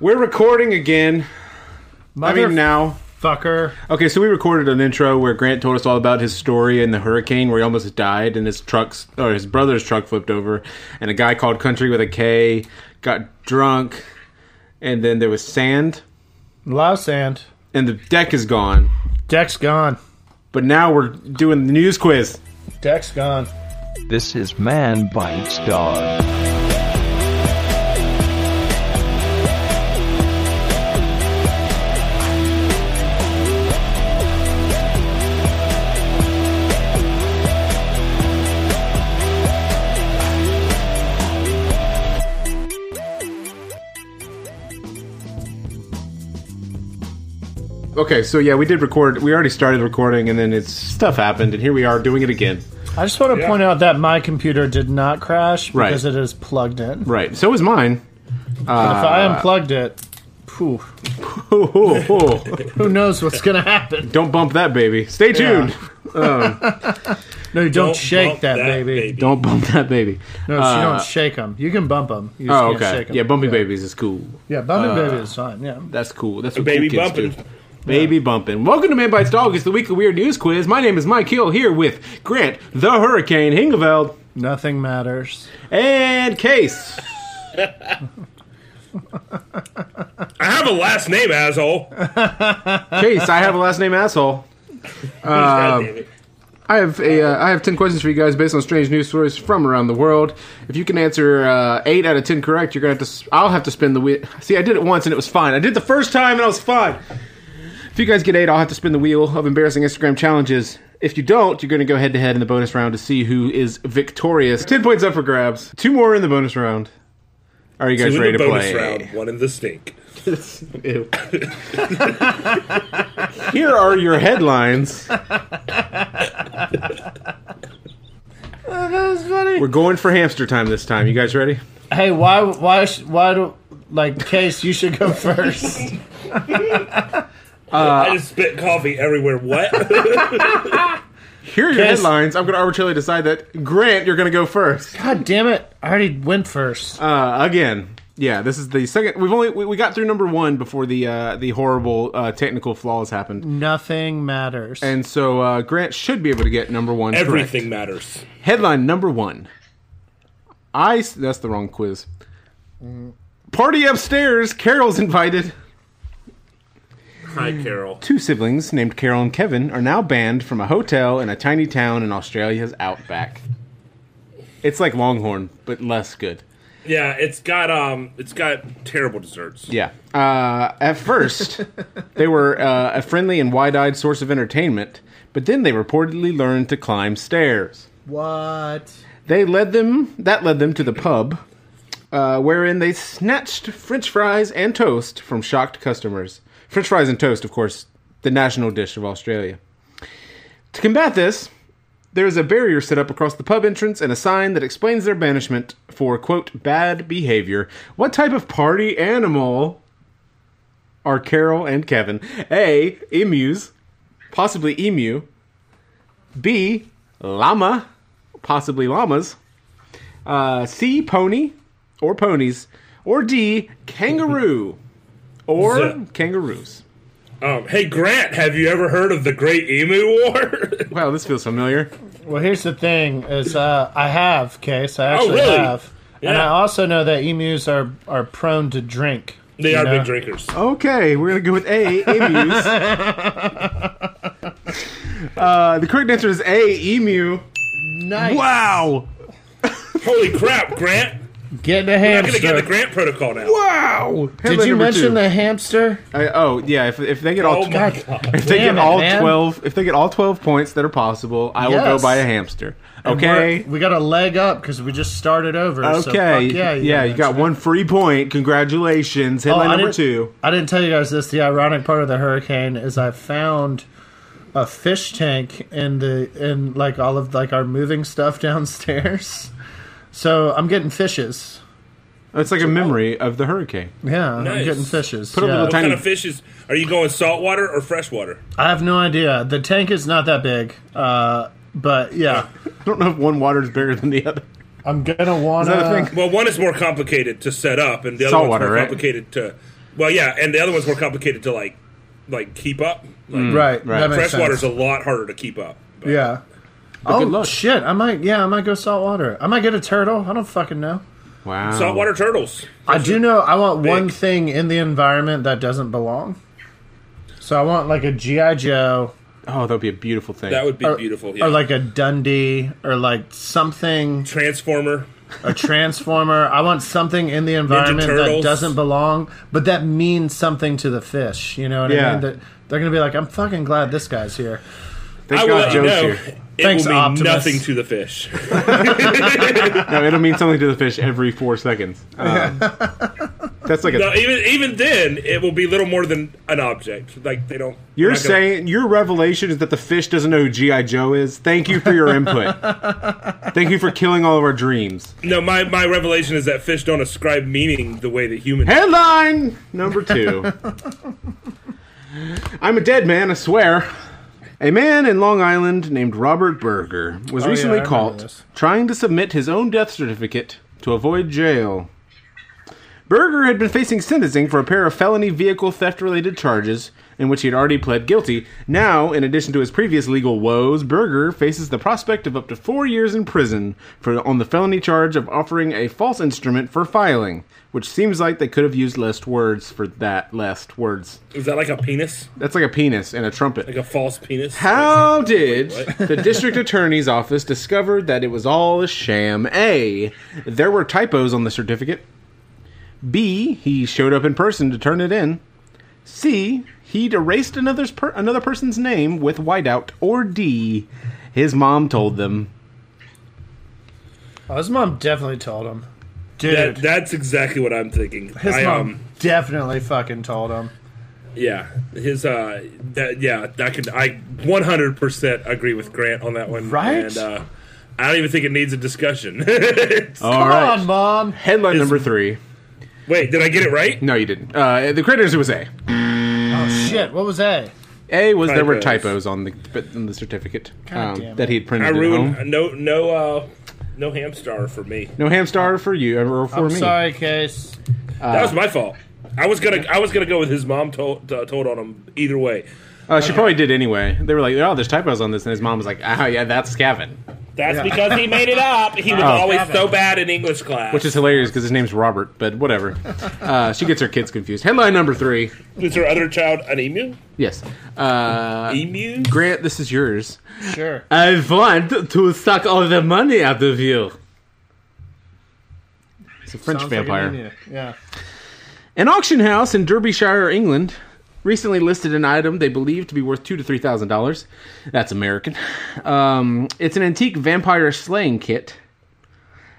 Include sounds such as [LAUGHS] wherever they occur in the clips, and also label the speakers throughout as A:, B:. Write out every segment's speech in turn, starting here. A: We're recording again. I mean, now.
B: Fucker.
A: Okay, so we recorded an intro where Grant told us all about his story in the hurricane where he almost died and his truck's or his brother's truck flipped over and a guy called Country with a K got drunk and then there was sand
B: A lot of sand.
A: and the deck is gone.
B: Deck's gone.
A: But now we're doing the news quiz.
B: Deck's gone.
C: This is Man Bites Dog.
A: Okay, so yeah, we did record. We already started recording and then it's stuff happened and here we are doing it again.
B: I just want to point out that my computer did not crash
A: Right.
B: because it is plugged in.
A: Right. So is mine.
B: if I
A: Uh.
B: unplugged it, phew,
A: Ho, ho, ho.
B: who knows what's going to happen?
A: [LAUGHS] Don't bump that baby. Stay
B: Yeah.
A: tuned.
B: No, you don't, shake
D: bump
B: that, baby.
A: Don't bump that baby.
B: No, you don't shake them. You can bump them. You just
A: Uh. Oh,
B: can't
A: okay.
B: shake 'em.
A: Yeah, bumpy Uh. babies is cool.
B: Yeah, bumping baby is fine. Yeah.
A: That's cool. That's what
D: Baby
A: cool kids
D: bumping.
A: do. Baby bumping. Welcome to Man Bites Dog. It's the weekly weird news quiz. My name is Mike Hill here with Grant, the Hurricane Hingeveld,
B: Nothing matters.
A: and
B: [LAUGHS]
A: Case.
D: I have a last
A: [LAUGHS]
D: name, asshole.
A: Um, Case, I have a last name asshole.
D: God damn it.
A: I have a uh, I have ten questions for you guys based on strange news stories from around the world. If you can answer uh, eight out of ten correct, you're gonna have to. s- I'll have to spin the wheel. See, I did it once and it was fine. I did it the first time and I was fine. If you guys get eight, I'll have to spin the wheel of embarrassing Instagram challenges. If you don't, you're gonna go head to head in the bonus round to see who is victorious. Ten points up for grabs. Two more in the bonus round. Are you guys
D: Two in
A: ready to
D: the bonus
A: play?
D: round, one in the stink.
A: Ew. [LAUGHS] Here are your headlines.
B: That was funny.
A: We're going for hamster time this time. You guys ready?
B: Hey, why, why, sh- why do, like, Case, you
A: [LAUGHS]
B: should go first.
A: Uh,
D: I just spit coffee
A: [LAUGHS]
D: everywhere. What?
A: Here are your
B: Yes.
A: headlines. I'm going to arbitrarily decide that Grant, you're going to go first
B: God damn it. I already went first.
A: uh, again. Yeah, this is the second. We've only we, we got through number one before the uh, the horrible uh, technical flaws happened,
B: Mm. Nothing matters.
A: and so uh, Grant should be able to get number one. correct.
D: Everything matters.
A: Headline number one. I s- that's the wrong quiz. Party upstairs. Carol's invited.
D: Hi, Carol.
A: Two siblings named Carol and Kevin are now banned from a hotel in a tiny town in Australia's outback. It's like Longhorn, but less good.
D: Yeah, it's got um, it's got terrible desserts.
A: Yeah. Uh, at first, they were uh, a friendly and wide eyed source of entertainment, but then they reportedly learned to climb stairs.
B: what?
A: They led them, that led them to the pub, uh, wherein they snatched french fries and toast from shocked customers. French fries and toast, of course, the national dish of Australia. To combat this, there is a barrier set up across the pub entrance and a sign that explains their banishment for, quote, bad behavior. What type of party animal are Carol and Kevin? A. Emus, possibly emu. B. Llama, possibly llamas. Uh, C. Pony, or ponies. Or D. Kangaroo, or
D: Zip.
A: kangaroos.
D: Um, hey Grant, have you ever heard of the Great Emu War? [LAUGHS]
A: Wow, this feels familiar.
B: Well, here's the thing: is uh, I have case. I actually
D: Oh, really?
B: have, and
D: Yeah.
B: I also know that emus are are prone to drink.
D: they
B: you
D: are
B: know?
D: big drinkers.
A: Okay, we're gonna go with A, emus.
B: [LAUGHS]
A: uh, the correct answer is A, emu.
B: Nice.
A: Wow!
D: Holy crap, Grant!
B: Get the
D: I'm gonna get the
B: hamster.
D: Grant protocol now.
A: Wow!
B: Did you mention the hamster?
A: I, oh yeah, if, if they get all
D: Oh my
B: God.
D: god!
A: if they
B: Damn
A: get
B: it,
A: all
B: man.
A: twelve if they get all twelve points that are possible, I will
B: Yes.
A: go buy a hamster.
B: We're-
A: Okay.
B: we got a leg up because we just started over.
A: Okay.
B: So fuck yeah,
A: yeah, you got
B: mention
A: one free point. Congratulations.
B: it. Oh,
A: Headline
B: I
A: number
B: didn't-
A: two.
B: I didn't tell you guys this. The ironic part of the hurricane is I found a fish tank in the in like all of like our moving stuff [LAUGHS] downstairs. So I'm getting fishes.
A: It's like a memory of the hurricane. [LAUGHS]
B: Yeah, I'm
D: Nice.
B: getting fishes.
A: Put a
B: yeah.
A: little
D: What
A: Tiny-
D: kind of fishes are you going? Saltwater or freshwater?
B: I have no idea. The tank is not that big, uh, but yeah,
A: I don't know if one water is bigger than the other.
B: I'm gonna want
A: Is that a thing?
D: Well, one is more complicated to set up, and the other one's
A: Saltwater,
D: more
A: right?
D: complicated to Well, yeah, and the other one's more complicated to like like keep up. Like
B: Hmm. Right,
A: Right.
B: That makes
D: freshwater's
B: sense.
D: a lot harder to keep up. But
B: yeah.
A: good
B: Oh
A: luck.
B: shit! I might, yeah, I might go saltwater. I might get a turtle. I don't fucking know.
A: Wow.
D: Saltwater turtles.
B: I do know I want one
D: Big.
B: thing in the environment that doesn't belong. So I want like a GI Joe
A: Oh, that would be a beautiful thing.
D: That would be
B: or,
D: beautiful. Yeah.
B: or like a Dundee or like something
D: Transformer.
B: a transformer. I want something in the environment that
D: Turtles.
B: doesn't belong, but that means something to the fish. You know what I
A: Yeah.
B: mean? That they're gonna be like, I'm fucking glad this guy's here.
A: Thank
D: I will
A: God
D: let you
A: Joe's
D: know.
A: here.
D: It
B: Thanks,
D: will mean
B: Optimus.
D: nothing to the fish.
A: No, it'll mean something to the fish every four seconds. Um, that's like a.
D: no, even even then, it will be little more than an object. Like they don't.
A: you're
D: they're not gonna-
A: saying your revelation is that the fish doesn't know who GI Joe is. Thank you for your input. Thank you for killing all of our dreams.
D: no. My my revelation is that fish don't ascribe meaning the way that humans.
A: Headline number two. I'm a dead man, I swear. A man in Long Island named Robert Berger was
B: Oh, yeah, I
A: recently
B: remember
A: caught
B: this.
A: trying to submit his own death certificate to avoid jail. Berger had been facing sentencing for a pair of felony vehicle theft related charges in which he had already pled guilty. Now, in addition to his previous legal woes, Berger faces the prospect of up to four years in prison for on the felony charge of offering a false instrument for filing, which seems like they could have used less words for that last words.
D: Is that like a penis?
A: That's like a penis and a trumpet.
D: Like a false penis?
A: How did the
D: [LAUGHS]
A: district attorney's office discover that it was all a sham? A. There were typos on the certificate. B. He showed up in person to turn it in. C. He'd erased another's per- another person's name with whiteout. Or D. His mom told them.
B: Oh, his mom definitely told him. Dude,
D: That, that's exactly what I'm thinking.
B: his
D: I,
B: mom
D: um,
B: definitely fucking told him.
D: Yeah, his uh, that yeah, I could I 100 percent agree with Grant on that one.
B: Right?
D: And, uh, I don't even think it needs a discussion. [LAUGHS] It's-
A: All
B: Come
A: right.
B: on, mom.
A: Headline number three.
D: Wait, did I get it right?
A: No, you didn't. Uh, the creditors was A.
B: Oh shit! What was that?
A: A was there were
D: Typos.
A: typos on the on the certificate
B: God damn
A: um,
B: it.
A: that he had printed
D: I
A: at
D: ruined
A: home.
D: no no uh, no hamster for me.
A: No hamstar for you or for
B: I'm
A: me.
B: sorry, Case. Ah.
D: that was my fault. I was gonna I was gonna go with his mom told uh, told on him either way.
A: Uh, she probably did anyway. They were like, "Oh, there's typos on this," and his mom was like, "Oh, yeah, that's Gavin,"
D: That's because he made it up. He
B: Oh.
D: was always so bad in English class.
A: which is hilarious because his name's Robert. But
B: [LAUGHS]
A: whatever. Uh, she gets her kids confused. Headline number three.
D: is her other child an emu?
A: Yes. Uh,
D: Emu?
A: Grant, this is yours.
B: Sure.
A: I want to suck all the money out of you. It's a French
B: Sounds like an
A: vampire.
B: idiot. yeah.
A: An auction house in Derbyshire, England, recently listed an item they believe to be worth two to three thousand dollars. That's American. Um, it's an antique vampire slaying kit,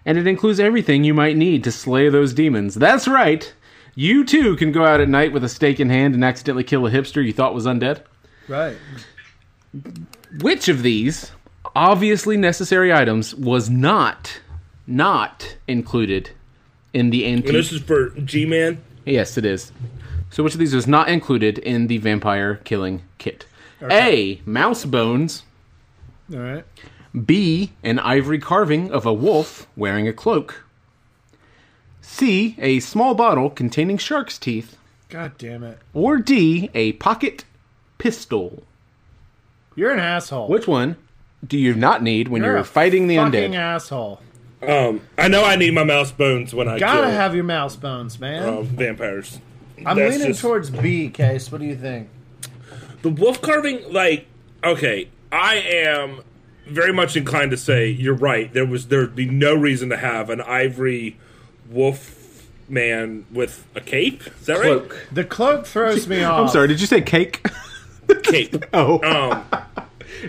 A: and it includes everything you might need to slay those demons. That's right. You too can go out at night with a stake in hand and accidentally kill a hipster you thought was undead.
B: Right.
A: Which of these obviously necessary items was not not included in the antique?
D: And this is for G Man.
A: Yes, it is. So which of these was not included in the vampire killing kit? A. Mouse bones.
B: All right.
A: B. An ivory carving of a wolf wearing a cloak. C. A small bottle containing shark's teeth.
B: God damn it!
A: Or D. A pocket pistol.
B: You're an asshole.
A: Which one do you not need when you're,
B: a
A: fighting the
B: fucking
A: undead?
B: asshole.
D: Um, I know I need my mouse bones when I
B: Gotta
D: kill,
B: have your mouse bones, man.
D: um, vampires.
B: I'm
D: That's
B: leaning
D: just-
B: towards B, Case. What do you think?
D: The wolf carving, like, okay, I am very much inclined to say you're right. There was there'd be no reason to have an ivory wolf man with a cape. Is that
B: The cloak throws
D: [LAUGHS]
B: me off.
A: I'm sorry, did you say cake? [LAUGHS]
D: right? Cape.
A: Oh,
D: Um,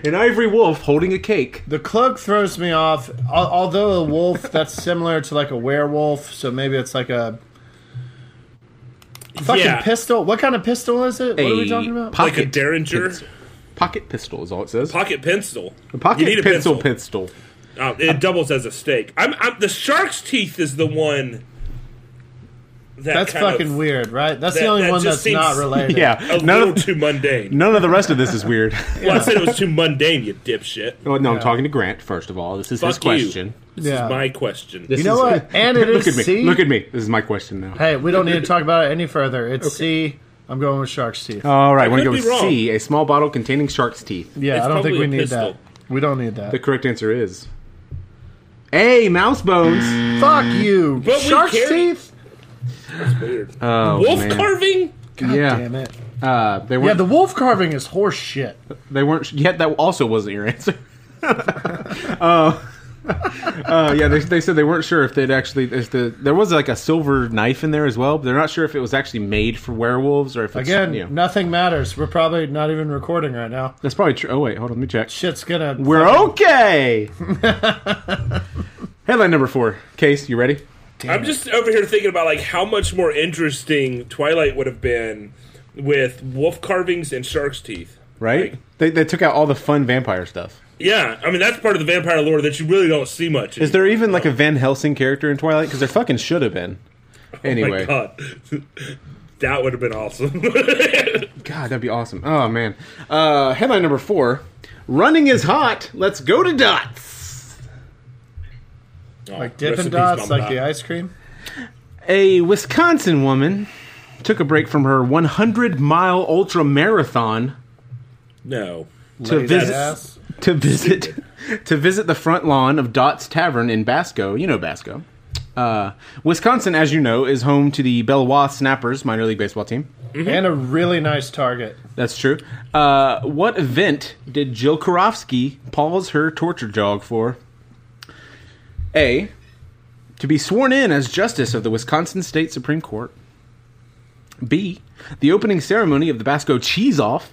A: an ivory wolf holding a cake.
B: The cloak throws me off. Al- Although a wolf, that's similar to like a werewolf, so maybe it's like a fucking
D: Yeah.
B: pistol. What kind of pistol is it? What are we
A: A
B: talking about?
A: pocket
D: like a Derringer
A: pistol. Pocket pistol is all it says.
D: pocket pencil.
A: Pocket pencil, pistol.
D: Um, it doubles as a stake. I'm, I'm the shark's teeth is the one that
B: That's
D: kind of-
B: fucking weird, right? That's the
D: that-
B: only
D: that
B: one
D: just
B: that's not
D: seems-
A: [LAUGHS]
B: related.
A: Yeah,
D: A
A: none
D: little
A: of,
D: too mundane.
A: none of the rest of this is [LAUGHS] weird.
D: Well, I said it was too mundane, you dipshit.
A: Well, no, I'm talking to Grant first of all. This is his
D: Fuck you.
A: question.
D: This
B: Yeah.
D: is my question.
A: This
B: You know
A: is-
B: what? And
A: [LAUGHS]
B: it
A: Look
B: is
A: at me.
B: C.
A: Look at me. This is my question now.
B: Hey, we don't need to talk about it any further. It's C. I'm going with shark's teeth.
A: All right,
D: I
A: we're gonna
D: could
A: go
D: be
A: with
D: wrong.
A: C, a small bottle containing shark's teeth.
B: yeah,
D: it's
B: I don't think
D: probably
B: we
D: a
B: need
D: pistol.
B: that. We don't need that.
A: The correct answer is A. Mouse bones.
B: Fuck you.
D: But we
B: shark's
D: carry-
B: teeth?
D: Weird.
A: Oh,
D: Wolf
A: man.
D: carving?
B: God
A: Yeah.
B: damn it.
A: Uh, they
B: Yeah,
A: weren't.
B: the wolf carving is horse shit.
A: they weren't. Yet that also wasn't your answer. [LAUGHS] uh, uh, yeah, they, they said they weren't sure if they'd actually. If the there was like a silver knife in there as well. But they're not sure if it was actually made for werewolves or if it's,
B: Again,
A: You know,
B: nothing matters. We're probably not even recording right now.
A: that's probably true. Oh wait, hold on, let me check.
B: Shit's gonna.
A: We're okay. [LAUGHS] Headline number four. Case, you ready?
D: I'm just over here thinking about like how much more interesting Twilight would have been with wolf carvings and shark's teeth.
A: Right? They, they took out all the fun vampire stuff.
D: Yeah, I mean that's part of the vampire lore that you really don't see much.
A: Is there even like a Van Helsing character in Twilight? Because there fucking should have been.
D: Oh
A: Anyway,
D: my god, [LAUGHS] that would have been awesome. [LAUGHS] Oh,
A: God, that'd be awesome. Oh man. Uh, headline number four: Running is hot. Let's go to dots.
B: like Dippin' Dots, like the ice cream.
A: A Wisconsin woman took a break from her 100 mile ultra marathon
D: No,
A: to
B: Lazy
A: visit.
B: ass.
A: [LAUGHS] to visit to visit the front lawn of Dot's Tavern in Basco. You know Basco. Uh, Wisconsin, as you know, is home to the Bellois Snappers minor league baseball team.
B: and a really nice target.
A: That's true. Uh, what event did Jill Karofsky pause her torture jog for? A. To be sworn in as justice of the Wisconsin State Supreme Court. B. The opening ceremony of the Basco Cheese Off.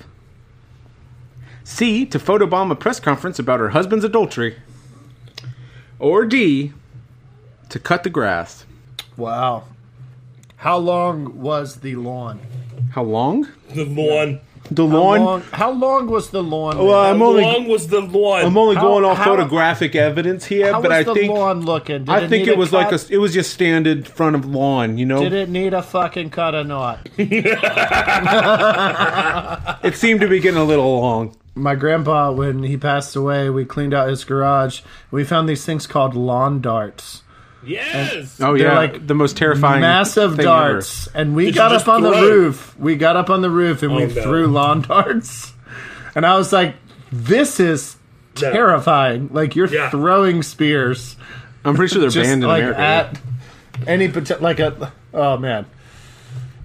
A: C. To photobomb a press conference about her husband's adultery. Or D. To cut the grass.
B: Wow. How long was the lawn?
A: How long?
D: the lawn.
A: The
B: How
A: lawn.
B: long, how long was the lawn?
A: Well,
D: How
A: I'm only.
D: long was the lawn?
A: I'm only
B: How-
A: going off
B: how-
A: photographic evidence here,
B: how
A: but
B: was
A: I
B: the
A: think
B: lawn looking? Did
A: I think
B: need
A: it was like
B: cut?
A: a it was just standard front of lawn, you know.
B: Did
A: It?
B: it need a fucking cut or not?
A: seemed to be getting a little long.
B: My grandpa, when he passed away, we cleaned out his garage. We found these things called lawn darts.
D: yes.
A: Oh
B: They're
A: yeah,
B: like
A: the most terrifying
B: massive
A: thing
B: darts and we
D: Did you
B: got
D: just
B: up on the
D: throw?
B: roof we got up on the roof and we
D: Oh, no.
B: threw lawn [LAUGHS] darts and i was like this is
D: No.
B: terrifying like you're
D: Yeah.
B: throwing spears
A: Ever. I'm pretty sure they're
B: just
A: banned in
B: like
A: America.
B: at any pot- like a oh man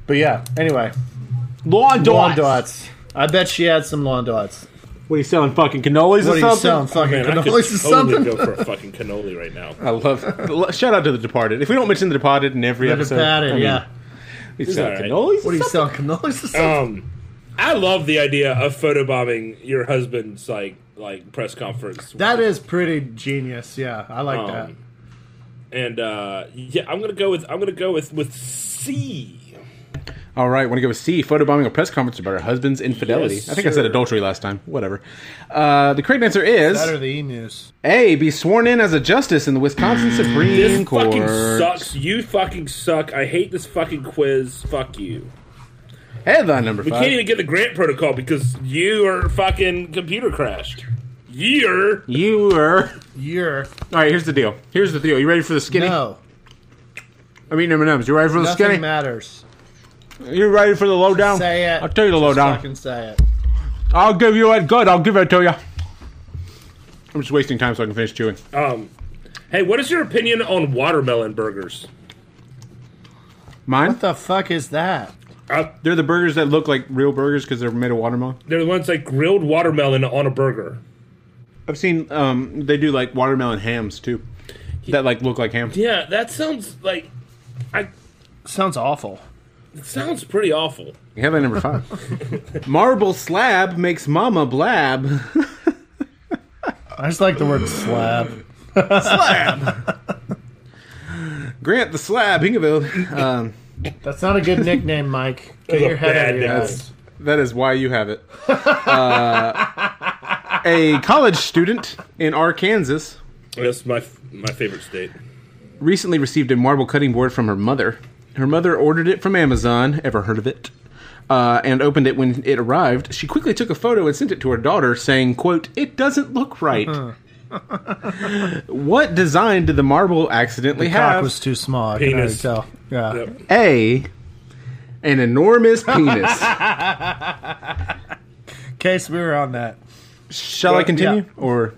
B: but yeah anyway
A: lawn dots.
B: lawn dots i bet she had some lawn dots
A: What are you selling? Fucking cannolis
B: what
A: or
B: are you
A: something? Oh,
B: selling fucking
D: Man, I could
B: cannolis
D: totally
B: or something
D: go for a fucking cannoli right now.
A: I love. shout out to the Departed. If we don't mention the Departed in every
B: The
A: episode,
B: Departed,
A: I mean,
B: yeah
A: we sell
D: alright.
A: cannolis.
B: what are you selling cannolis or something
D: Um, I love the idea of photobombing your husband's like like press conference.
B: that is pretty genius yeah i like
D: Um,
B: that
D: and uh, yeah, I'm gonna go with I'm gonna go with with C.
A: All right, want to go with C. Photobombing a press conference about her husband's infidelity.
D: Yes,
A: I think I said
D: sir.
A: adultery last time. Whatever. Uh, the correct answer is
B: that or the emus
A: A. Be sworn in as a justice in the Wisconsin Supreme
D: This
A: Court.
D: fucking sucks. You fucking suck. I hate this fucking quiz. Fuck you.
A: Headline number
D: We
A: five.
D: can't even get the grant protocol because you are fucking computer crashed. Year.
A: You were.
B: you're
A: All right, here's the deal. Here's the deal. You ready for the skinny?
B: no
A: I'm eating M&M's. You ready for the
B: Nothing
A: skinny?
B: matters.
A: you ready for the lowdown?
B: Say it.
A: I'll tell you the
B: Just
A: lowdown.
B: Fucking say it.
A: I'll give you it good. I'll give it to you. I'm just wasting time so I can finish chewing.
D: Um, hey, what is your opinion on watermelon burgers?
A: Mine?
B: What the fuck is that?
D: Uh,
A: They're the burgers that look like real burgers because they're made of watermelon.
D: they're the ones like grilled watermelon on a burger.
A: I've seen um, they do like watermelon hams too, that like look like ham.
D: Yeah, that sounds like I.
B: Sounds awful.
D: It sounds pretty awful.
A: Headline number five. [LAUGHS] Marble slab makes mama blab.
B: I just like the word slab.
A: Grant the slab,
B: [LAUGHS]
A: Hingeville. Um,
B: That's not a good nickname,
A: [LAUGHS]
B: Mike. Get your
D: a
B: head out
D: bad
B: of your
D: nickname.
B: ass.
A: That is why you have it. Uh, a college student in Arkansas
D: That's my my favorite state.
A: recently received a marble cutting board from her mother. Her mother ordered it from Amazon. Ever heard of it? Uh, and opened it when it arrived. She quickly took a photo and sent it to her daughter, saying, "quote It doesn't look right." what design did the marble accidentally
B: Cock
A: have?
B: was too small. I
D: Penis.
B: can already tell. Yeah.
D: Yep.
A: a, an enormous penis.
B: Case we were on that.
A: Shall I continue? Or,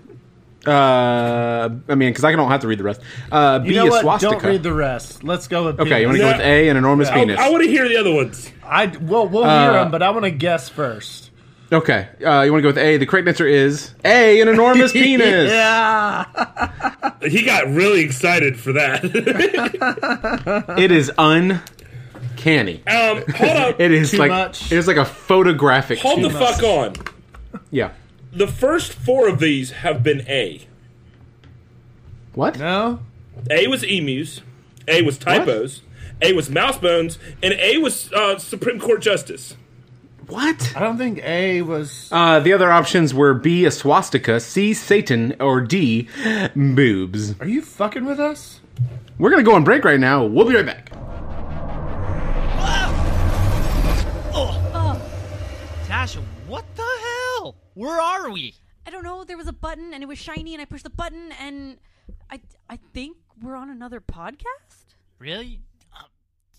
A: uh, I mean, because I don't have to read the rest. Uh, B,
B: You know
A: a
B: what?
A: swastika.
B: Don't read the rest. Let's go with.
A: okay, you want to
B: penis.
A: go
D: No.
A: with A, an enormous
D: I,
A: penis.
D: want to hear the other ones.
B: I well, we'll hear
A: Uh,
B: them, but I want to guess first.
A: okay, uh, you want to go with A. The correct answer is A, an
B: [LAUGHS]
A: enormous penis.
B: yeah.
D: He got really excited for that. [LAUGHS]
A: It is uncanny.
D: um, hold up.
A: It is
B: Too
A: like
B: much.
A: it is like a photographic.
D: Hold the
A: penis.
D: fuck on.
A: yeah.
D: The first four of these have been A.
A: What?
B: No.
D: A was emus, A was typos, A was mouse bones, and A was uh, Supreme Court justice.
A: What?
B: I don't think A was.
A: Uh, the other options were B, a swastika, C, Satan, or D, boobs.
B: Are you fucking with us?
A: We're gonna go on break right now. We'll be right back.
E: Tasha, what the hell? Where are we?
F: I don't know. There was a button and it was shiny, and I pushed the button, and I I think we're on another podcast.
E: Really? Uh,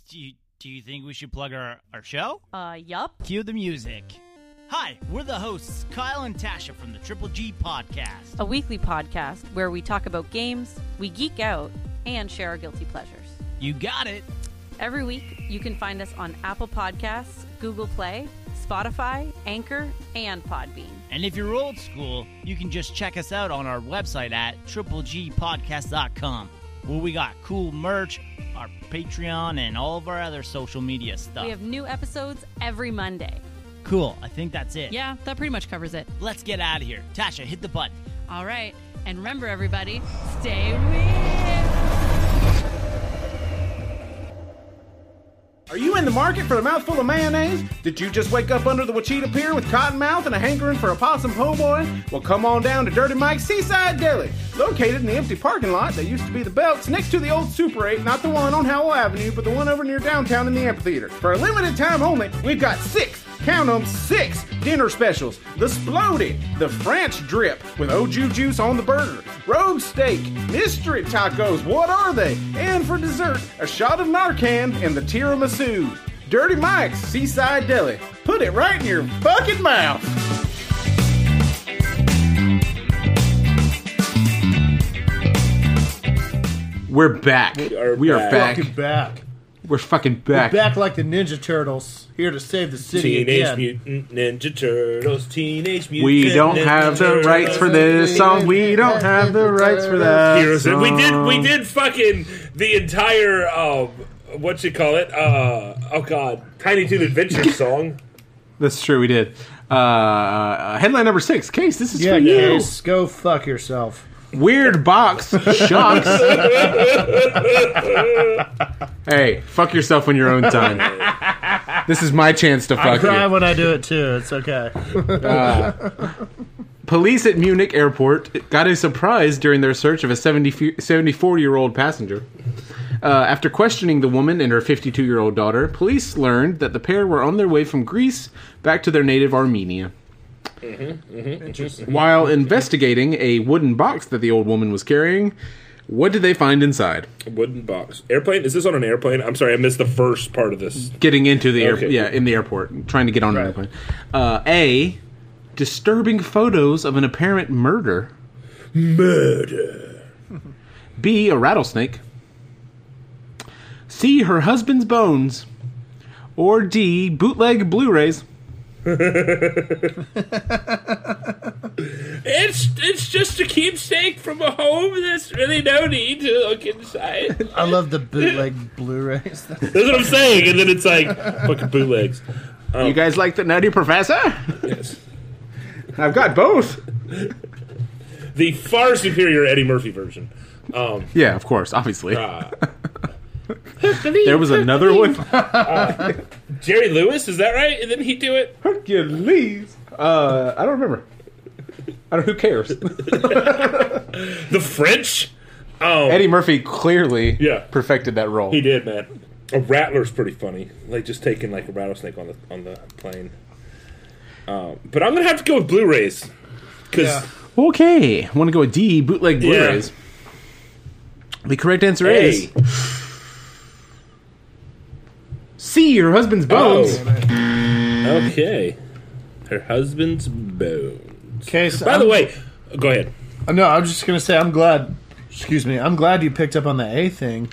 E: do you, do you think we should plug our, our show?
F: Uh, yup.
E: Cue the music. Hi, we're the hosts, Kyle and Tasha from the Triple G Podcast.
F: A weekly podcast where we talk about games, we geek out, and share our guilty pleasures.
E: You got it.
F: Every week, you can find us on Apple Podcasts, Google Play, Spotify, Anchor, and Podbean.
E: And if you're old school, you can just check us out on our website at triplegpodcast.com, where we got cool merch, our Patreon, and all of our other social media stuff.
F: We have new episodes every Monday.
E: cool. I think that's it.
F: Yeah, that pretty much covers it.
E: Let's get out of here. Tasha, hit the button.
F: All right. And remember, everybody, stay weird.
A: Are you in the market for a mouthful of mayonnaise? Did you just wake up under the Wachita Pier with cotton mouth and a hankering for a possum po' boy? Well, come on down to Dirty Mike's Seaside Deli, located in the empty parking lot that used to be the Belts next to the old Super 8, not the one on Howell Avenue, but the one over near downtown in the amphitheater. For a limited time only, we've got six count 'em, six dinner specials the Sploded, the French Drip with Oju juice on the burger, Rogue Steak, Mystery Tacos, what are they? And for dessert, a shot of Narcan and the tiramisu. Dirty Mike's Seaside Deli. Put it right in your fucking mouth. We're back. We
D: are We are back.
B: Fucking back.
A: We're fucking back.
B: Back like the Ninja Turtles, here to save the city
D: Teenage
B: again.
D: Mutant Ninja Turtles. Teenage Mutant.
A: We don't
D: Ninja
A: have the
D: Turtles.
A: rights for this song. We don't have the rights for that.
D: Heroes. And We did.
A: song.
D: We did fucking the entire. Um, what you call it? Uh, oh God, Tiny Toon Adventure song.
A: That's true. We did. Uh, Uh, headline number six. Case, this is
B: Yeah,
A: for you.
B: guys, go fuck yourself.
A: Weird box
B: [LAUGHS]
A: shocks. hey, fuck yourself on your own time. This is my chance to
B: I
A: fuck
B: cry
A: you.
B: when I do it too. It's okay.
A: Police at Munich airport got a surprise during their search of a 74 year old passenger. Uh, after questioning the woman and her 52 year old daughter, police learned that the pair were on their way from Greece back to their native Armenia. While investigating a wooden box that the old woman was carrying, what did they find inside?
D: Wooden box. Airplane. Is this on an airplane? I'm sorry, I missed the first part of this.
A: Getting into the air,
D: Okay.
A: yeah, in the airport, trying to get on an
B: Right.
A: airplane. Uh, a disturbing photos of an apparent murder.
D: Murder.
A: B, a rattlesnake. C, her husband's bones. Or D, bootleg Blu rays.
D: It's it's just a keepsake from a home. There's really no need to look inside.
B: I love the bootleg Blu-rays. That's-
D: That's what I'm saying. And then it's like fucking bootlegs.
A: You guys like the Nutty Professor? I've got both.
D: The far superior Eddie Murphy version. Um,
A: Yeah, of course, obviously. [LAUGHS]
D: uh,
A: there was another one.
D: Jerry Lewis, is that right? And then he do it.
A: Hercules. Uh, I don't remember. I don't, who [LAUGHS] cares?
D: The French.
A: Eddie Murphy clearly
D: Yeah.
A: perfected that role.
D: He did, man. A rattler's pretty funny. Like just taking like a rattlesnake on the on the plane. Uh, but I'm gonna have to go with Blu-rays because
B: Yeah.
A: Okay, want to go with D bootleg
D: Yeah.
A: Blu-rays. The correct answer
D: hey,
A: is C. Your husband's bones.
D: oh, okay, her husband's bones.
B: Okay. So
D: By
B: I'm-
D: the way, go ahead.
B: No, I'm just gonna say I'm glad. Excuse me. I'm glad you picked up on the A thing.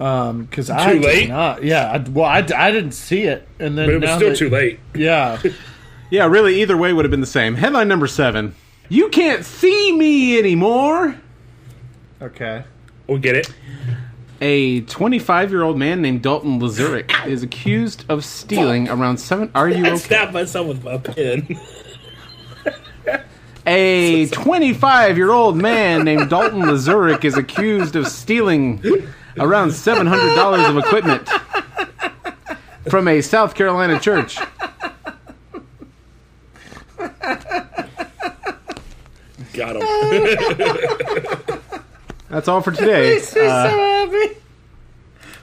B: Um, because I
D: Too
B: did
D: late?
B: Not, yeah. I, well, I, I didn't see it, and then
D: But it was
B: now
D: still
B: that-
D: too late. [LAUGHS]
B: Yeah.
A: Yeah, really, either way would have been the same. Headline number seven. You can't see me anymore.
B: Okay.
D: We'll get it.
A: A 25 year old man named Dalton Lazurick is accused of stealing around seven. Are you
D: I
A: okay?
D: stabbed myself with my pen. [LAUGHS]
A: A 25 year old man named Dalton Lazurick is accused of stealing around $700 of equipment from a South Carolina church.
B: [LAUGHS]
D: Got him.
A: That's all for today.
B: Makes me so happy.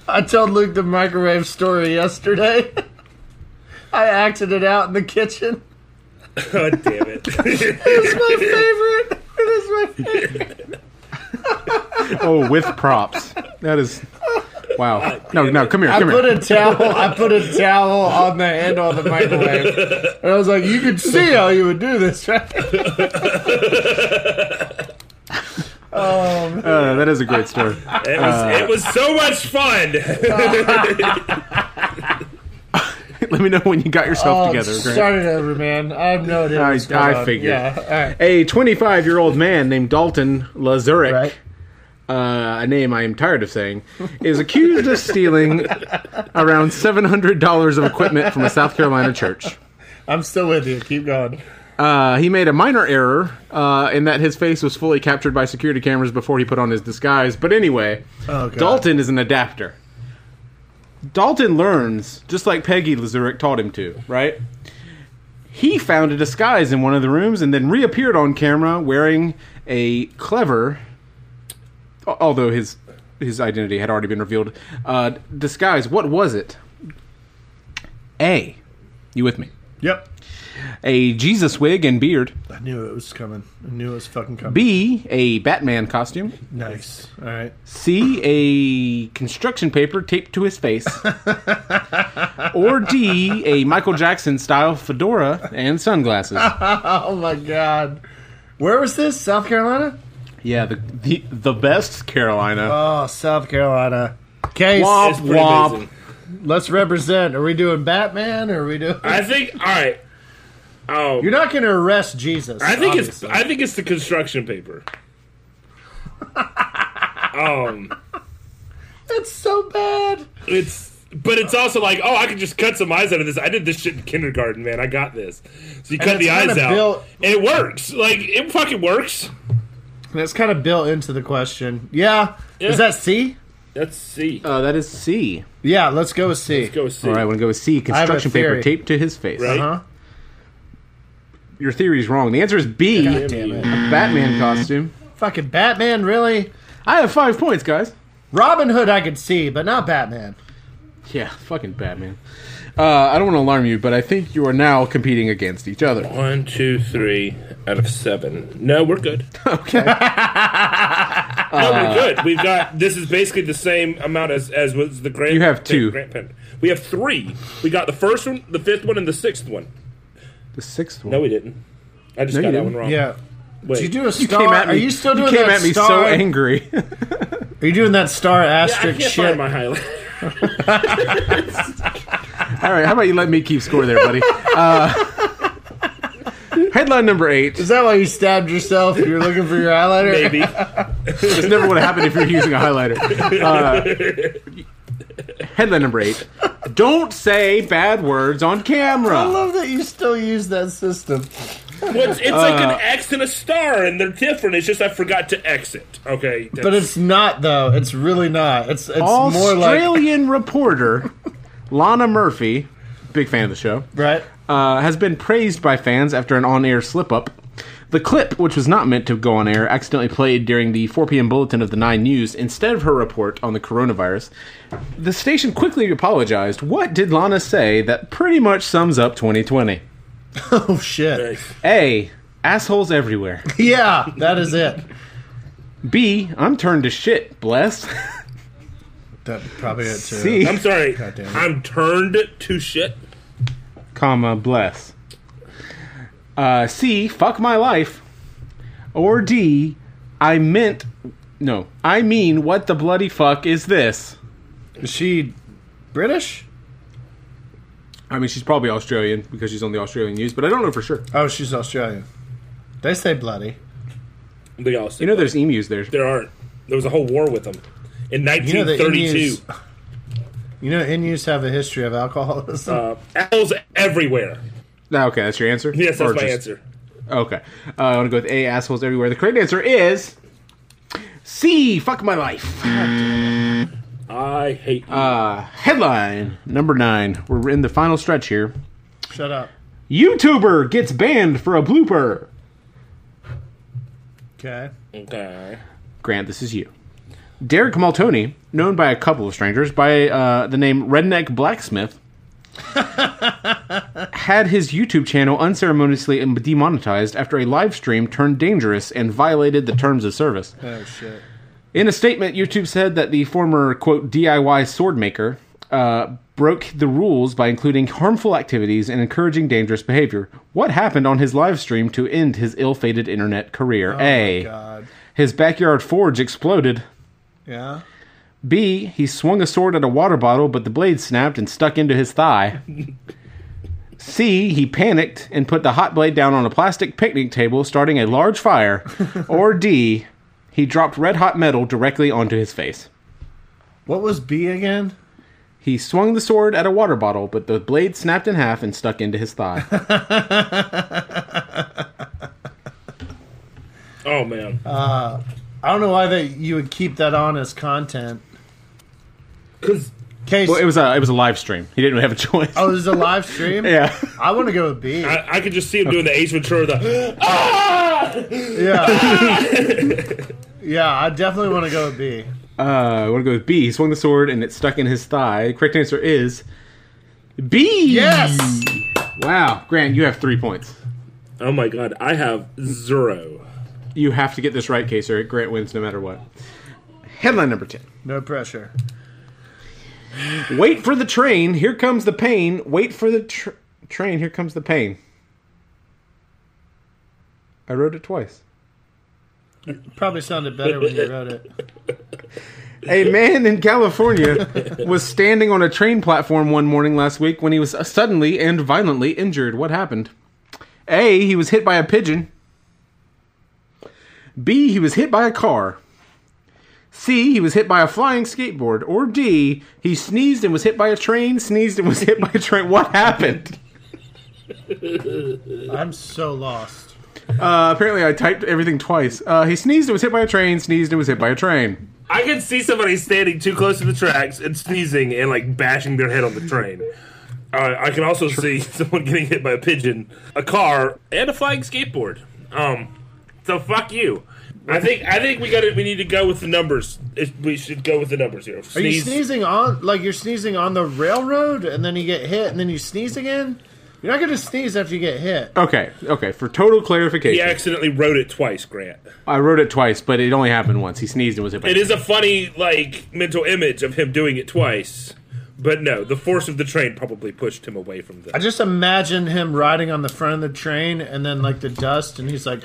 B: I told Luke the microwave story yesterday. [LAUGHS] I acted it out in the kitchen.
D: God damn it. [LAUGHS]
B: It's [LAUGHS] my favorite. It is my favorite.
A: Oh, with props. That is. Wow. No, no, come here,
B: I
A: come
B: put
A: here.
B: a towel. I put a towel on the handle of the microwave, and I was like, "You could see how you would do this, right?"
A: Uh, that is a great story.
D: It was,
B: Uh,
D: it was so much fun.
A: [LAUGHS]
D: [LAUGHS]
A: Let me know when you got yourself
B: Oh,
A: together. Grant.
B: Start it over, man. I have no idea.
A: I-
B: what's going
A: I
B: on.
A: figured.
B: Yeah. All right.
A: A 25 year old man named Dalton Lazurick,
B: Right.
A: uh, a name I am tired of saying, is accused of stealing around $700 of equipment from a South Carolina church.
B: I'm still with you. Keep going.
A: Uh, he made a minor error uh, in that his face was fully captured by security cameras before he put on his disguise. But anyway,
B: Oh, God.
A: Dalton is an adapter. Dalton learns, just like Peggy Lazurick taught him to, right? He found a disguise in one of the rooms and then reappeared on camera wearing a clever, al- although his his identity had already been revealed, uh, disguise. What was it? A. You with me?
B: Yep.
A: A Jesus wig and beard.
B: I knew it was coming. I knew it was fucking coming.
A: B, a Batman costume.
B: nice. All right.
A: C, a construction paper taped to his
B: [LAUGHS]
A: face. or D, a Michael Jackson style fedora and sunglasses.
B: Oh my God. Where was this? South Carolina.
A: [LAUGHS] Yeah, the the, the best Carolina.
B: Oh, South Carolina. Case.
A: Womp.
D: It's pretty
A: Womp.
D: amazing.
B: Let's represent. Are we doing Batman? Or are we doing?
D: I think. All right. Oh,
B: You're not going to arrest Jesus.
D: I think
B: obviously.
D: it's. I think it's the construction paper. um,
B: That's so bad.
D: it's. But it's also like, oh, I could just cut some eyes out of this. I did this shit in kindergarten, man. I got this. So you cut
B: it's
D: the eyes
B: kinda
D: out,
B: built-
D: and it works. Like it fucking works.
B: And it's kind of built into the question. Yeah. Is that C?
D: Let's see.
A: Uh, that is C.
B: Yeah. Let's go with C.
D: Go see.
A: All right, I want to go with C,
B: have a
A: construction paper
B: theory.
A: taped to his face.
D: Right?
B: Huh?
A: Your theory's wrong. The answer is B,
B: Damn it.
A: Batman costume.
B: Fucking Batman, really?
A: I have five points, guys.
B: Robin Hood, I could see, but not Batman.
A: Yeah, fucking Batman. Uh, I don't want to alarm you, but I think you are now competing against each other.
D: One, two, three out of seven. No, we're
A: [LAUGHS]
D: good.
B: [LAUGHS]
D: Okay. no,
A: Uh,
D: we're good. We've got this is basically the same amount as as was the grant.
A: You have two.
D: Grant pen. We have three. We got the first one, the fifth one, and the sixth one.
A: The sixth one.
D: No, we didn't. I just
A: No,
D: got
A: you
D: that
A: didn't.
D: one wrong.
B: Yeah.
D: Wait.
B: Did you do a
A: You
B: star?
A: came at me.
B: Are you still doing
A: you came
B: that
A: at me
B: star?
A: so angry.
B: Are you doing that star
D: Yeah, I can't
B: asterisk shit?
D: find my highlight.
A: [LAUGHS]
B: [LAUGHS]
A: All right, how about you let me keep score there, [LAUGHS] buddy? Uh, headline number eight.
B: Is that why you stabbed yourself? You're looking for your highlighter.
D: Maybe.
A: This never would have happened if you're using a highlighter. Uh, headline number eight. Don't say bad words on
B: I
A: camera.
B: love that you still use that system.
D: Well, it's it's like
A: Uh.
D: an X and a star, and they're different. It's just I forgot to exit. Okay.
B: But it's not though. It's really not. It's it's more like
A: Australian reporter Lana Murphy, big fan of the show,
B: right.
A: uh, has been praised by fans after an on-air slip-up. The clip, which was not meant to go on air, accidentally played during the 4 p.m. bulletin of the 9 News instead of her report on the coronavirus. The station quickly apologized. What did Lana say that pretty much sums up 2020?
B: Oh shit.
A: A. Assholes everywhere.
B: Yeah, that is it.
A: B. I'm turned to shit, bless. [LAUGHS]
B: That probably it too.
A: C.
D: I'm sorry.
B: God damn it.
D: I'm turned to shit.
A: comma bless. Uh, C, fuck my life, or D, I meant no, I mean what the bloody fuck is this?
B: Is she British?
A: I mean, she's probably Australian because she's on the Australian news, but I don't know for sure.
B: Oh, she's Australian. They say bloody.
D: They all say
A: You know, there's emus there.
D: there aren't. There was a whole war with them in
B: You know the
D: 1932.
B: Inus. You know Inus have a history of alcoholism.
D: uh, assholes everywhere.
A: Ah, Okay, that's your answer.
D: Yes, that's
A: Or
D: my
A: just-
D: answer.
A: Okay, uh, I want to go with A, assholes everywhere. The correct answer is C, fuck my life.
D: I hate you.
B: Uh,
A: Headline number nine. We're in the final stretch here.
B: Shut up.
A: YouTuber gets banned for a blooper.
B: Okay.
D: okay.
A: Grant, this is you. Derek Maltoni, known by a couple of strangers by uh, the name Redneck Blacksmith, [LAUGHS] had his YouTube channel unceremoniously demonetized after a live stream turned dangerous and violated the terms of service.
B: Oh shit.
A: In a statement, YouTube said that the former, quote, DIY sword maker uh, broke the rules by including harmful activities and encouraging dangerous behavior. What happened on his live stream to end his ill fated internet career? a.
B: God.
A: His backyard forge exploded.
B: Yeah.
A: B. He swung a sword at a water bottle, but the blade snapped and stuck into his thigh. C. He panicked and put the hot blade down on a plastic picnic table, starting a large fire. or D. He dropped red hot metal directly onto his face.
B: What was B again?
A: He swung the sword at a water bottle, but the blade snapped in half and stuck into his thigh.
D: Oh man.
B: uh, I don't know why they you would keep that on as content.
D: Because
B: Case.
A: well, it was a it was a live stream. He didn't have a choice.
B: oh, this is a live stream.
A: yeah.
B: I want to go with B.
D: I, I could just see him doing the Ace Ventura. The [GASPS]
B: Yeah. yeah, I definitely want to go with B.
A: Uh, I want to go with B. He swung the sword and it stuck in his thigh. The correct answer is B.
B: Yes.
A: Wow, Grant, you have three points.
D: oh my god, I have zero.
A: You have to get this right, case, or Grant wins no matter what. Headline number 10.
B: No pressure.
A: Wait for the train, here comes the pain. Wait for the tr- train, here comes the pain. I wrote it twice.
B: Probably sounded better when you wrote it.
A: A man in California was standing on a train platform one morning last week when he was suddenly and violently injured. What happened? A. He was hit by a pigeon. B. He was hit by a car. C. He was hit by a flying skateboard. Or D. He sneezed and was hit by a train, sneezed and was hit by a train. What happened?
B: I'm so lost.
A: Uh, apparently, I typed everything twice. Uh, he sneezed and was hit by a train, sneezed and was hit by a train.
D: I could see somebody standing too close to the tracks and sneezing and like bashing their head on the train. Uh, I can also see [LAUGHS] someone getting hit by a pigeon, a car, and a flying skateboard. Um, so fuck you. I think I think we got to We need to go with the numbers. It, we should go with the numbers here.
B: Are you
D: Sneeze.
B: sneezing on like you're sneezing on the railroad and then you get hit and then you sneeze again? You're not gonna sneeze after you get hit.
A: Okay, okay. For total clarification,
D: He accidentally wrote it twice, Grant.
A: I wrote it twice, but it only happened once. He sneezed and was hit by a
D: It is a funny like mental image of him doing it twice. But no, the force of the train probably pushed him away from
B: I
D: the.
B: just imagine him riding on the front of the train and then like the dust and he's like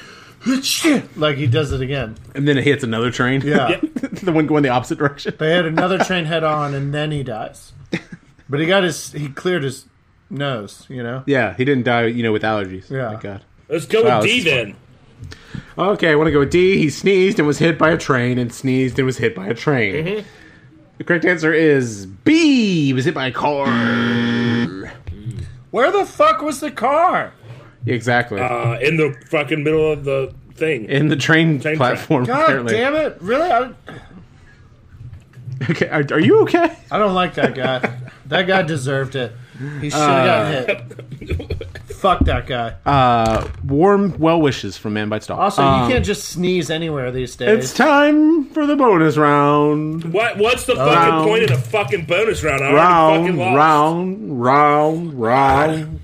B: "Shit," like he does it again.
A: And then it hits another train. [LAUGHS]
B: Yeah.
A: the one going the opposite direction.
B: They had another train head on and then he dies. But he got his he cleared his nose, you know?
A: Yeah, he didn't die, you know, with allergies.
B: Yeah.
A: Thank God.
D: Let's go
A: Wow,
D: with
A: this
D: D
A: is
D: then.
A: Okay, I want to go with D. He sneezed and was hit by a train, and sneezed and was hit by a train.
B: Mm-hmm.
A: The correct answer is B. He was hit by a
B: Mm.
A: car.
B: Where the fuck was the car?
A: exactly.
D: Uh, in the fucking middle of the thing.
A: in the train,
D: train
A: platform,
B: God
A: apparently.
B: damn it. Really? I,
A: Okay, are, are you okay? [LAUGHS]
B: I don't like that guy. that guy deserved it. He should have got hit. Fuck that guy.
A: Uh, warm well wishes from Man Bites Dog.
B: Also,
A: Um,
B: you can't just sneeze anywhere these
A: It's
B: days.
A: time for the bonus round.
D: What? What's the fucking
A: Round.
D: point of the fucking bonus round? I already
A: Round,
D: fucking lost.
A: round, round, round.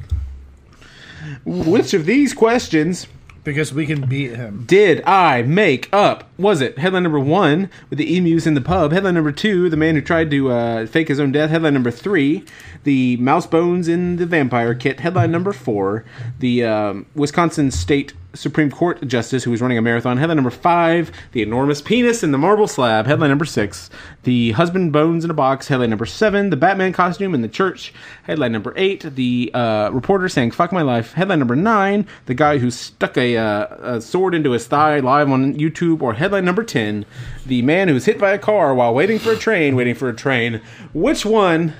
A: Which of these questions
B: because we can beat him.
A: did I make up? Was it headline number one with the emus in the pub? Headline number two, the man who tried to uh, fake his own death. Headline number three, the mouse bones in the vampire kit. Headline number four, the um, Wisconsin State Supreme Court justice who was running a marathon. Headline number five, the enormous penis in the marble slab. Headline number six, the husband bones in a box. Headline number seven, the Batman costume in the church. Headline number eight, the uh, reporter saying "fuck my life." Headline number nine, the guy who stuck a, uh, a sword into his thigh live on YouTube. Or headline number ten, the man who was hit by a car while waiting for a train, waiting for a train. Which one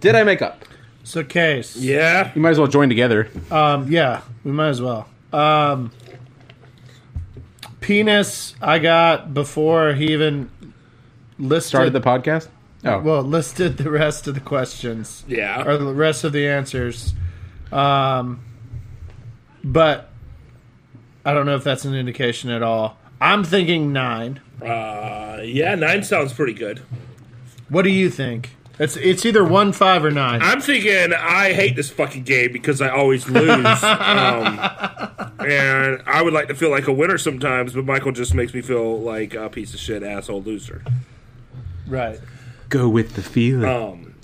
A: did I make up?
B: So, case.
D: Yeah.
A: You might as well join together.
B: Um, yeah, we might as well. Um, penis, I got before he even listed
A: Started the podcast. Oh,
B: well [LAUGHS] listed the rest of the questions
D: Yeah.
B: or the rest of the answers. Um, but I don't know if that's an indication at all. I'm thinking nine.
D: Uh, yeah. Nine sounds pretty good.
B: What do you think? It's it's either one, five, or nine.
D: I'm thinking I hate this fucking game because I always
A: [LAUGHS]
D: lose, um, and I would like to feel like a winner sometimes, but Michael just makes me feel like a piece of shit asshole loser.
B: right.
A: go with the feeling.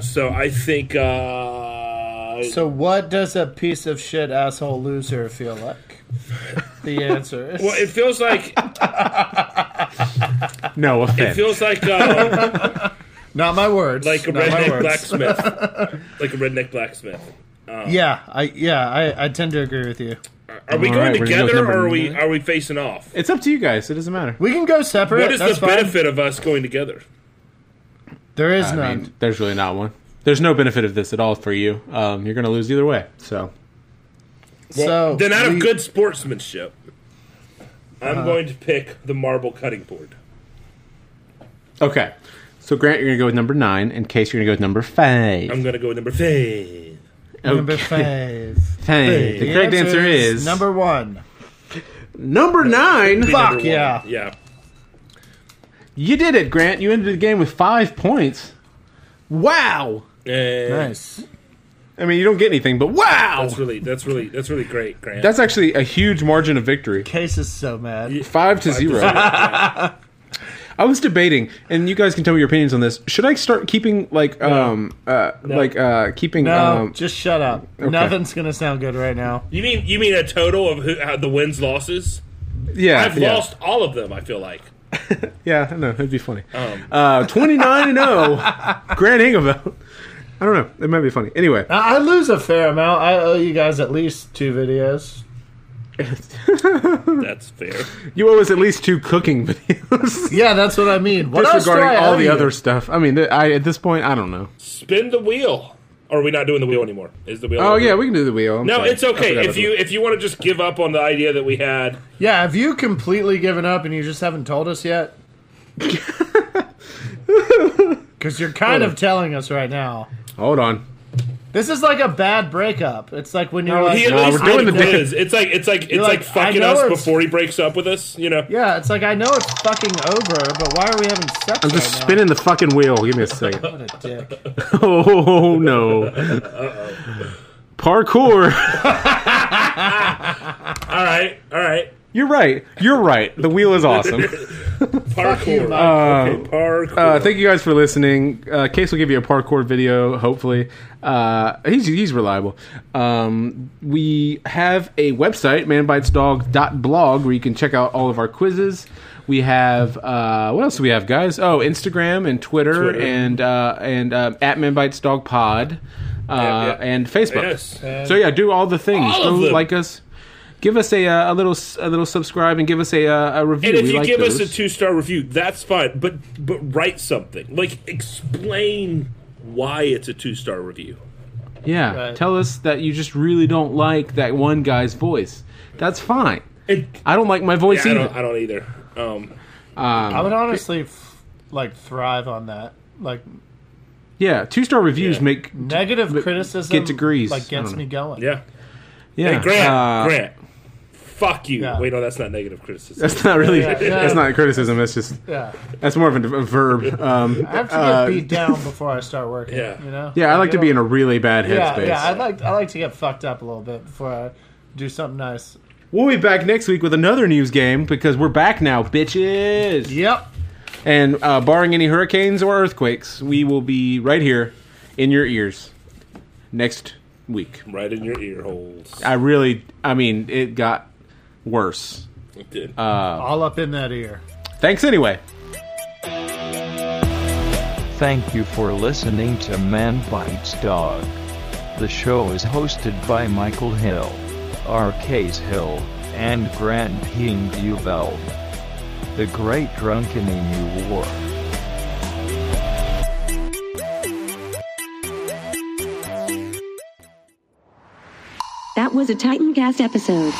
D: So I think. Uh,
B: So what does a piece of shit asshole loser feel like? The answer is
D: well, it
B: [LAUGHS]
D: feels like
A: no offense.
D: it feels like uh,
B: not my words.
D: like a
B: not my
D: redneck
B: words.
D: blacksmith, like a redneck blacksmith.
B: Yeah, I yeah I, I tend to agree with you.
D: Are we
A: All
D: going
A: right, we're gonna go
D: together
A: with
D: or
A: number
D: are we
A: nine.
D: are we facing off?
A: it's up to you guys. It doesn't matter.
B: We can go separate.
D: What is
B: that's
D: the
B: fine.
D: benefit of us going together?
B: There is
A: I
B: none.
A: mean, there's really not one. There's no benefit of this at all for you. Um, you're going to lose either way. So
B: so
D: then, out
B: we-
D: of good sportsmanship,
A: Uh-huh.
D: I'm going to pick the marble cutting board.
A: Okay. So Grant, you're gonna go with number nine. In case you're gonna go with number five.
D: I'm going to go with number five.
B: number five.
A: Five. The [LAUGHS] correct answer is
B: number one.
A: number nine.
B: Fuck
D: Number one.
B: yeah.
D: yeah.
A: You did it, Grant. You ended the game with five points. Wow.
D: Eh,
B: Nice.
A: I mean, you don't get anything, but wow.
D: That's really that's really that's really great, Grant.
A: That's actually a huge margin of victory.
B: Case is so mad.
A: Five to zero. I was debating, and you guys can tell me your opinions on this. Should I start keeping like um uh like uh keeping
B: no,
A: um
B: just shut up. Nothing's gonna sound good right now.
D: you mean you mean a total of who, how the wins losses?
A: yeah
D: I've
A: yeah.
D: lost all of them. I feel like.
A: Yeah, I know. It'd be funny.
B: Um.
A: Uh, 29 and 0.
B: [LAUGHS]
A: Grant Ingeveld. I don't know. It might be funny. Anyway.
B: I, I lose a fair amount. I owe you guys at least two videos.
D: That's fair.
A: You owe us at least two cooking [LAUGHS] videos.
B: Yeah, that's what I mean. What else do
A: Disregarding
B: I
A: all
B: owe
A: the
B: you?
A: other stuff. I mean, th- I, at this point, I don't know.
D: Spin the wheel. Or are we not doing the wheel anymore? Is the wheel?
A: Oh,
D: over?
A: yeah, we can do the wheel. I'm
D: No,
A: sorry.
D: it's
A: I forgot
D: okay.
A: about
D: If you
A: the-
D: if you want to just give up on the idea that we had,
B: Yeah, have you completely given up and you just haven't told us yet?
D: [LAUGHS]
B: Because you're kind
D: Oh.
B: of telling us right now.
A: Hold on.
B: This is like a bad breakup. It's like when you're like,
D: he at
A: No,
D: least
A: we're doing
D: like
A: the-
D: quiz. It's like it's like it's like,
B: like, I
D: fucking
B: know
D: us
B: it's-
D: before he breaks up with us. You know.
B: yeah, it's like I know it's fucking over, but why are we having sex?
A: I'm just
B: right
A: spinning the fucking wheel. Give me a second.
B: Now? Oh, [LAUGHS] What a
A: [LAUGHS]
B: dick.
A: Oh, no. Parkour. [LAUGHS]
D: All right, all right.
A: You're right. You're right. The wheel is awesome.
B: [LAUGHS]
D: Parkour.
B: Mike.
D: okay, parkour.
A: Uh, thank you guys for listening. Uh, Case will give you a parkour video, hopefully. Uh, he's, he's reliable. Um, we have a website, manbitesdog.blog, where you can check out all of our quizzes. We have, uh, what else do we have, guys? Oh, Instagram and Twitter,
D: Twitter.
A: and uh, and um, at manbitesdogpod uh,
D: Yeah, yeah.
A: and Facebook.
D: Yes.
A: So, yeah, do all the things.
D: All of
A: Go
D: them.
A: like us. Give us a, uh, a little s- a little subscribe and give us a, uh, a review.
D: and if
A: We
D: you
A: like
D: give us a
A: those.
D: two star review, that's fine. But but write something like explain why it's a two star review.
A: Yeah.
B: Right.
A: Tell us that you just really don't like that one guy's voice. That's fine.
D: It,
A: I don't like my voice
D: I
A: either.
D: don't. I don't either. Um,
B: I would honestly f- like thrive on that. Like
A: Yeah, two star reviews
D: Yeah.
A: make
B: Negative
A: But
B: criticism
A: get degrees.
B: like
A: I
B: gets
A: don't
B: me going.
D: Yeah.
A: yeah.
D: Hey, Grant,
A: uh,
D: Grant, fuck you.
B: Yeah.
D: Wait, no, that's not negative criticism.
A: That's not really.
B: Yeah, yeah.
A: That's not criticism. That's just.
B: Yeah.
A: That's more of a, a verb. Um,
B: I have to get
A: uh,
B: beat down before I start working.
D: Yeah.
B: You know?
A: yeah, I like to be in
B: don't-
A: a really bad
B: Yeah,
A: headspace.
B: yeah, I like I like to get fucked up a little bit before I do something nice.
A: we'll be back next week with another news game because we're back now, bitches.
B: Yep.
A: And uh, barring any hurricanes or earthquakes, we will be right here in your ears next week.
D: right in your ear holes.
A: I really, I mean, it got worse.
D: It did.
B: All up in that ear.
A: Thanks anyway.
C: Thank you for listening to Man Bites Dog. The show is hosted by Michael Hill, R. Case Hill, and Grant King Duveld. The Great Drunken Emu War.
G: That was a Titan Cast episode.